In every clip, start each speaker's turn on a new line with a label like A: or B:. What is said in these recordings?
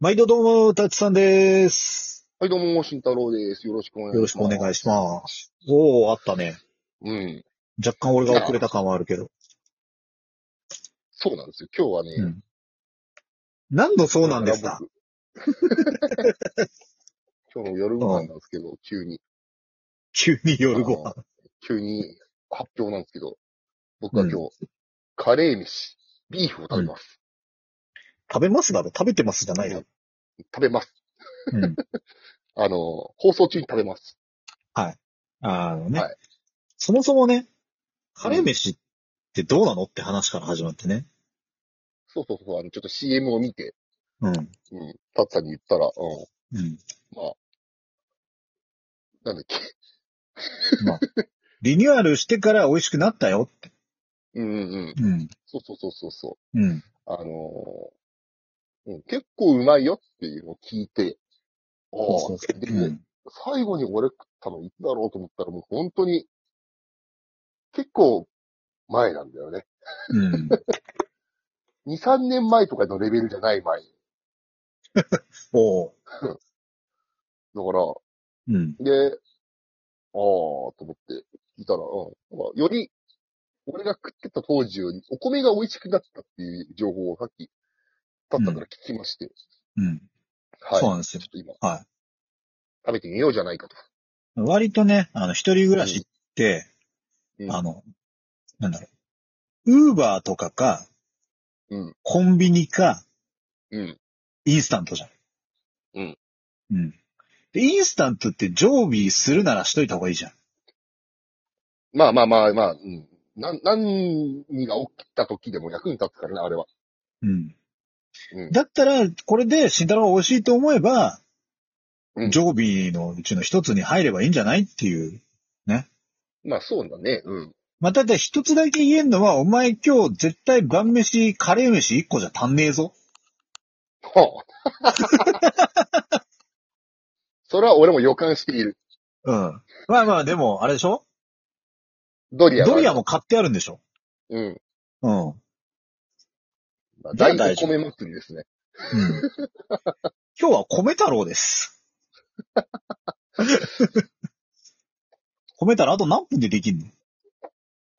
A: 毎度どうも、たちさんでーす。
B: はい、どうも、慎太郎です。よろしくお願いします。
A: よろしくお願いします。おー、あったね。
B: うん。
A: 若干俺が遅れた感はあるけど。
B: そうなんですよ。今日はね。
A: うん何度そうなんですか
B: 僕 今日の夜ご飯なんですけど、急に、
A: 急に夜ご飯。
B: 急に発表なんですけど、僕は今日、カレー飯、ビーフを食べます。
A: 食べますだろ食べてますじゃないだろ。
B: 食べます。
A: うん。
B: あの、放送中に食べます。
A: あのね、
B: はい
A: そもそもね、カレー飯ってどうなのって話から始まってね。
B: そうそうそう、あの、ちょっと CM を見て、
A: うん。
B: うん、たっさんに言ったら、う
A: う
B: ん、
A: ん。
B: なんだっけ、
A: リニューアルしてから美味しくなったよって。
B: うんうんうん、
A: うん。
B: そうそうそうそうそう。
A: うん。
B: あのーうん、結構うまいよっていうのを聞いて、ああ、
A: そうそう
B: で、
A: うん
B: 最後に俺食ったのいつだろうと思ったらもう本当に、結構前なんだよね。
A: うん。
B: 2、3年前とかのレベルじゃない前。だか
A: おー。
B: ら、
A: うん。
B: で、ああ、と思って聞いたら、うん。なんかより、俺が食ってた当時よりお米が美味しくなったっていう情報をさっき、たったから聞きまして。
A: うん。
B: はい。
A: そうなんですよ
B: ちょっと今、
A: はい
B: 食べてみようじゃないかと。
A: 割とね、あの、一人暮らしって、
B: うん
A: あの、なんだろう、ウーバーとかか、
B: うん
A: コンビニか、
B: うん。
A: インスタントじゃん。
B: うん。
A: うん。で、インスタントって常備するならしといた方がいいじゃん。
B: まあまあまあまあ、うん。なん、何が起きた時でも役に立つからね、あれは。
A: うん。
B: うん
A: だったら、これで慎太郎が美味しいと思えば、
B: うん
A: 常備のうちの一つに入ればいいんじゃないっていう。
B: まあそうだね。うん。
A: まあ、ただ一つだけ言えんのは、お前今日絶対晩飯、カレー飯一個じゃ足んねえぞ。
B: はあ。 それは俺も予感している。
A: うん。まあまあ、でも、あれでしょ
B: ドリアは
A: ドリアも買ってあるんでしょ
B: うん。
A: うん。
B: まあ
A: じゃあ
B: 大
A: 大
B: 体
A: 丈夫
B: 米祭りですね。
A: うん今日は米太郎です。 米太郎あと何分でできんの
B: い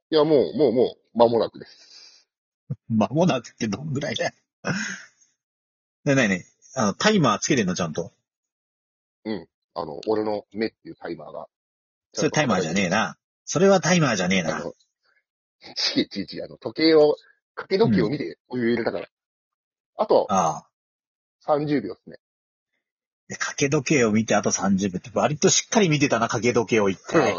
B: や、もう、もう、もう、間もなくです。
A: 間もなくってどんぐらいだよ。ねえねえねえ、あの、タイマーつけてんのちゃんと。
B: あの、俺の目っていうタイマーが。
A: それタイマーじゃねえ
B: え
A: な。それはタイマーじゃねえ
B: あ
A: な。
B: の、ちげちげあの、時計を、掛け時計を見てお湯入れたから。あと、
A: ああ。
B: 30秒ですね。
A: で掛け時計を見てあと30分って割としっかり見てたな、掛け時計を一回。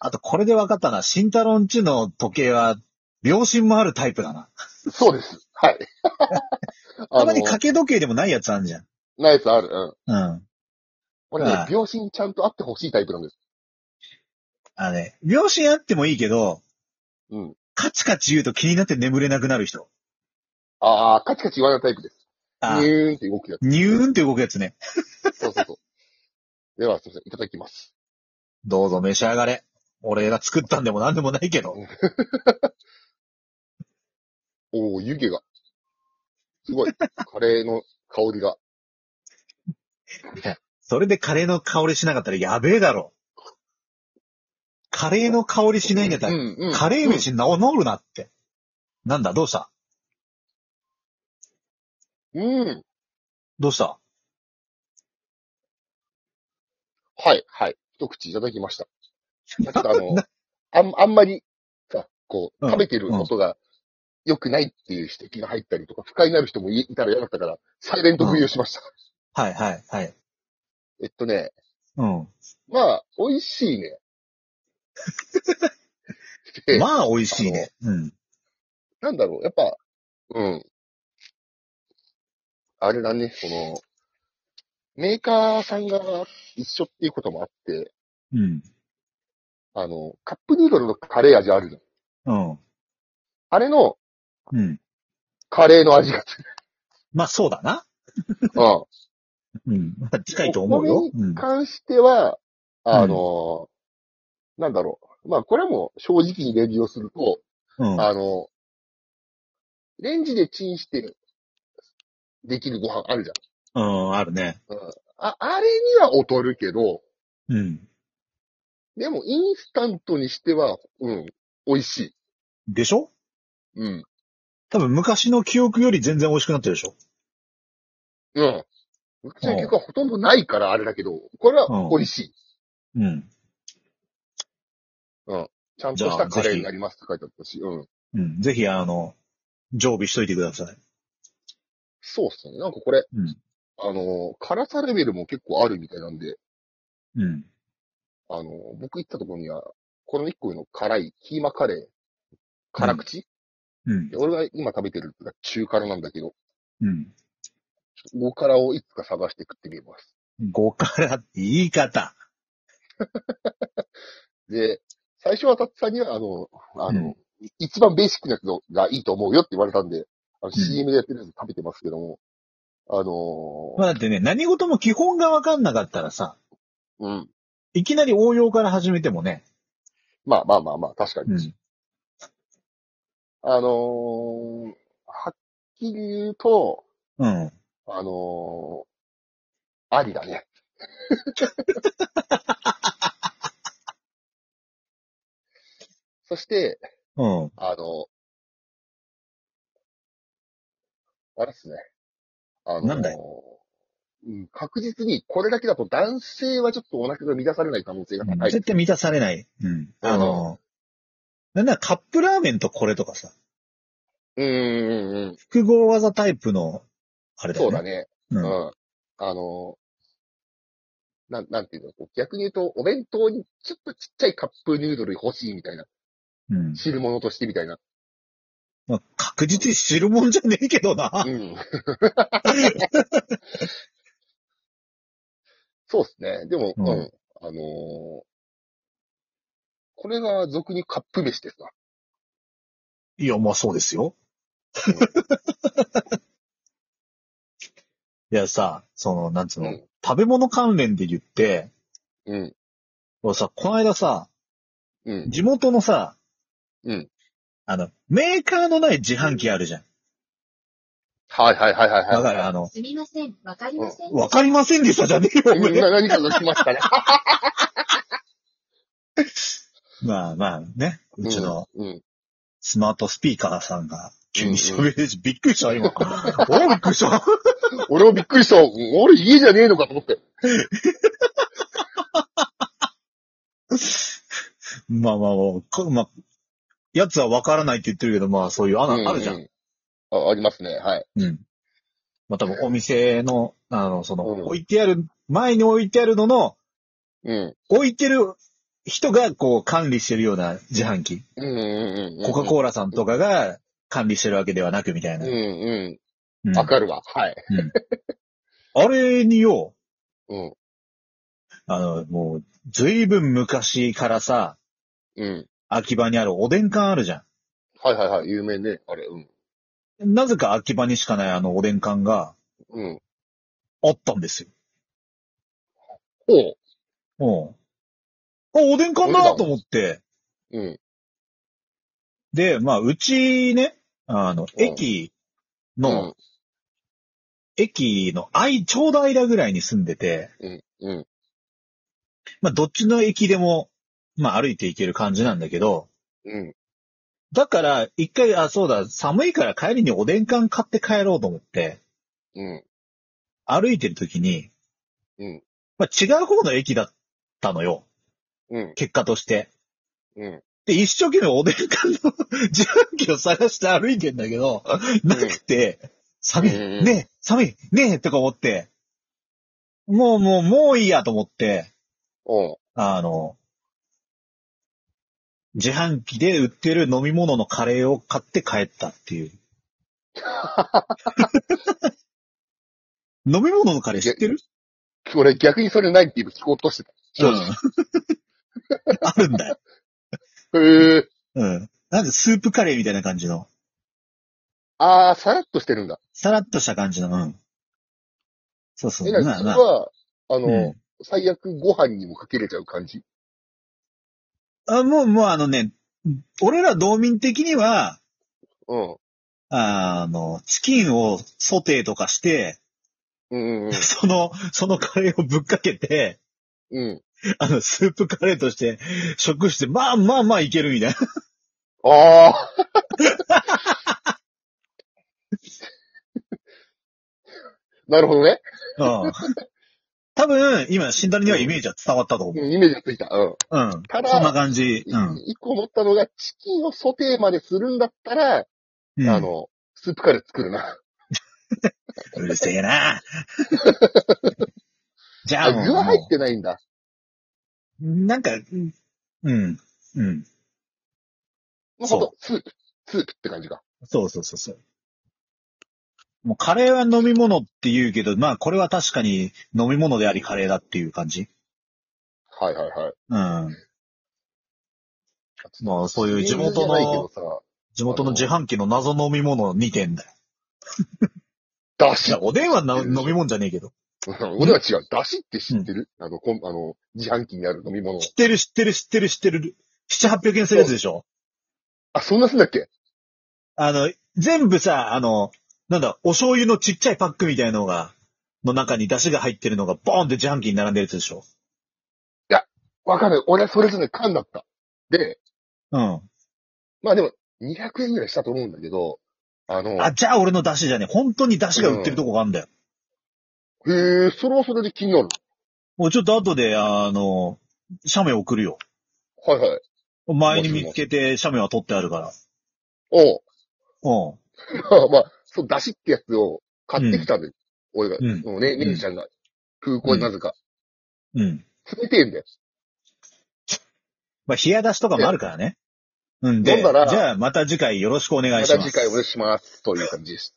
A: あとこれで分かったな。慎太郎んちの時計は、秒針もあるタイプだな。
B: そうです。 はい。
A: た
B: あ
A: ま
B: の
A: に、掛け時計でもないやつあるじゃん。
B: ナイスある。う
A: う
B: ん。
A: ん。
B: 俺
A: は
B: ね、
A: い
B: 秒針ちゃんとあってほしいタイプなんです。
A: あのね、秒針あってもいいけど、
B: うん。
A: カチカチ言うと気になって眠れなくなる人。
B: ああ、カチカチ言わないタイプです。
A: あ
B: ニューンって動くや
A: ニューンって動くやつね。
B: つ。そうそうそう。では、すいません。いただきます。
A: どうぞ召し上がれ。俺が作ったんでもなんでもないけど。
B: おお、湯気が。すごい。カレーの香りが。
A: それでカレーの香りしなかったらやべえだろ。カレーの香りしないんだった
B: う
A: ら、
B: ん、うん。
A: カレー飯なお治るなって。なんだ、どうした
B: うん。うん。
A: どうした
B: はい、はい。一口いただきました。ちょっとあの、あん、あんまり、さ、こ
A: う
B: う、
A: ん
B: 食べてる音が良くないっていう指摘が入ったりとか、不快になる人もいいたら嫌だったから、サイレント冬をしました。
A: はいはいはい。
B: えっとね、
A: うん。
B: まあ、美味しいね。で
A: まあ美味しいね。うん。
B: なんだろう、やっぱ、うん。あれだね、その、メーカーさんが一緒っていうこともあって、
A: うん。
B: あの、カップヌードルのカレー味あるじゃん。
A: うん。
B: あれの
A: うん。
B: カレーの味がする。
A: まあそうだな。
B: うん。
A: うん。近いと思う
B: お
A: よ
B: 米。
A: うん
B: に。関しては、あの、なんだろう。まあ、これも正直にレビューをすると、
A: うん。
B: あの、レンジでチンしてできるご飯あるじゃん。
A: うん、あるね。
B: あ、あれには劣るけど、
A: うん。
B: でもインスタントにしては、うん、美味しい。
A: でしょ
B: うん。
A: 多分昔の記憶より全然美味しくなってるでしょ
B: うん。うちの曲はほとんどないからあれだけど、これは美味しい。
A: うん。
B: ちゃんとしたカレーになりますって書いてあったし、うん。
A: うん。ぜひ、あの、常備しといてください。
B: そうっすね。なんかこれ、
A: うん
B: あの、辛さレベルも結構あるみたいなんで、
A: うん。
B: あの、僕行ったところには、この一個上の辛い、キーマカレー、辛口、
A: うん
B: で。俺が今食べてるのが中辛なんだけど、
A: うん。
B: 5辛をいつか探して食ってみます。
A: 5からって言い方。
B: で、最初はたっさんには、あの、あの、
A: う
B: 一番ベーシックなやつがいいと思うよって言われたんで、あの
A: ん
B: CM でやってるやつ食べてますけども、あの
A: まあだってね、何事も基本がわかんなかったらさ、
B: うん。
A: いきなり応用から始めてもね。
B: まあまあまあまあ、確かに。
A: うん。
B: あのーはっきり言うと、
A: うん。
B: あのーあり だね。そして、
A: うん。
B: あの、あれっすね。あの、
A: なんだ
B: うん、確実にこれだけだと男性はちょっとお腹が満たされない可能性が高い。
A: 絶対満たされない。うん。あの、なんならカップラーメンとこれとかさ、
B: うん、うん、うん。
A: 複合技タイプの、あれだ
B: そ
A: よね。
B: うだね。
A: う。
B: うんん。あの、なん、なんていうのこう逆に言うと、お弁当にちょっとちっちゃいカップヌードル欲しいみたいな。
A: うん。
B: 汁物としてみたいな。
A: まあ、確実に知るもんじゃねえけどな
B: う。 ん。そうですね。でも、
A: う
B: うんん。あのーこれが俗にカップ飯ですか。
A: いや、まあそうですよ。 いやさ、その、なんつう
B: う
A: の、
B: ん。
A: 食べ物関連で言って、
B: うん。
A: 俺さ、この間さ、
B: うん。
A: 地元のさ、
B: うん。
A: あの、メーカーのない自販機あるじゃん。
B: はいはいはいはい
A: だ
B: は
A: からあの、
C: すみません、わかりません。
A: わかりませんでしたじゃねえよ、
B: い。
A: おめ
B: みん
A: え
B: な何かが来ましたね。
A: まあまあね、うちの
B: うん。
A: スマートスピーカーさんが急に喋り出し、びっくりした、今。おびっくり した。
B: 俺もびっくりした。俺家じゃねえのかと思って。
A: まあまあまあこ、まあ、奴はわからないって言ってるけど、まあそういう穴、あるじゃ。
B: うんうあ。ありますね。はい。
A: うん。まあ多分お店の、あの、その、
B: うん
A: 置いてある、前に置いてあるのの、
B: うん。
A: 置いてる人がこう管理してるような自販機。
B: うんうんうん。
A: コカ・コーラさんとかが管理してるわけではなくみたい
B: うん
A: な。
B: う
A: うん
B: ん。わかるわ。はい。
A: あれによ、
B: うん。
A: あの、もう、ずいぶん昔からさ、
B: うん。
A: 秋葉にあるおでん館あるじゃ
B: はいはいはい。有名ね。あれ。うん。
A: ん。なぜか秋葉にしかないあのおでん館が
B: うん。
A: あったんですよ。
B: ほ
A: うん。あ、おでん館だと思って。
B: う。うん。
A: で、まあ、うちね、あの、
B: うん
A: 駅の、
B: うん。
A: 駅の愛、ちょうど間ぐらいに住んでて、
B: うん。
A: まあ、どっちの駅でも、まあ、歩いていける感じなんだけど、
B: うん。
A: だから、一回、あ、そうだ、寒いから帰りにおでん缶買って帰ろうと思って、
B: うん。
A: 歩いてる時に、
B: うん。
A: まあ、違う方の駅だったのよ、
B: うん。
A: 結果として。
B: うん。
A: で、一生懸命おでん缶の 自販機を探して歩いてんだけど、なくて、寒い、
B: うん
A: ねえ、寒い、ねえ、とか思って、もうもう、もういいやと思って、
B: おう。
A: あの、自販機で売ってる飲み物のカレーを買って帰ったって いう。飲み物のカレー知ってる
B: 俺逆にそれないって今聞こうとしてた。
A: うん。あるん だよ。
B: へえ。
A: うん。なんでスープカレーみたいな感じの、
B: あー、さらっとしてるんだ。
A: さらっとした感じの、うん。そうそう。
B: え、なに、
A: まあ
B: それ
A: まあ
B: は、あ
A: うん
B: の、最悪ご飯にもかけれちゃう感じ。
A: あもう、もうあのね、俺ら道民的には、
B: うん。
A: あの、チキンをソテーとかして、
B: うんうん
A: その、そのカレーをぶっかけて、
B: うん。うん。
A: あの、スープカレーとして食して、まあまあまあいけるみたいな。
B: ああ。 なるほどね。
A: うん。多分、今、新谷にはイメージは伝わったと思う。
B: うんイメージがついた。うん。
A: うん。
B: た
A: そんな
B: だ、
A: 感じ。うん。
B: 一個思ったのが、チキンをソテーまでするんだったら、
A: うん、
B: あの、スープカレー作るな。
A: うるせえ な。じゃ
B: あ、
A: あ
B: 具は
A: も
B: 入っ
A: う、
B: てないんだ。
A: なんか、うん、うん。うん。
B: まあ、
A: そう
B: ほんと、スープ、スープって感じか。
A: そうそうそうそう。もうカレーは飲み物って言うけど、まあこれは確かに飲み物でありカレーだっていう感じ。
B: はいはいはい。
A: うん。まあそういう地
B: じ
A: 元
B: ゃないけど
A: の、
B: さ、
A: 地元の自販機の謎飲み物2点だよ。
B: だ
A: い
B: し
A: や、。おでんはな飲み物じゃねえけど。
B: うん 俺は違う。だしって知ってる、あの、こん、あの、自販機にある飲み物。
A: 知ってる知ってる知ってる知ってる。七八百円するやつでしょ
B: あ、そんなすんだっけ
A: あの、全部さ、あの、なんだ、お醤油のちっちゃいパックみたいのが、の中に出汁が入ってるのがボーンって自販機に並んでるやつでしょ
B: わかる。俺はそれぞれ缶だった。で、
A: うん。
B: まあでも、200円ぐらいしたと思うんだけど、あの、
A: あ、じゃあ俺の出汁じゃねえ。本当に出汁が売ってるとこがあるんだよ。
B: へえ、それはそれで気になる。
A: もうちょっと後で、あの、写メ送るよ。
B: はいはい。
A: 前に見つけて写メは撮ってあるから。
B: おう
A: うん。
B: まあまあ、そう、だしってやつを買ってきたんだよ。俺が、
A: うん
B: もうね、
A: ん
B: ねるちゃんが、空港になぜか。
A: うん。
B: 冷てえんだよ。
A: まあ、冷や出しとかもあるからね。うん
B: 飲
A: で、
B: んだら
A: じゃあまた次回よろしくお願
B: ま
A: いしたます。
B: 次回お願いします。という感じです。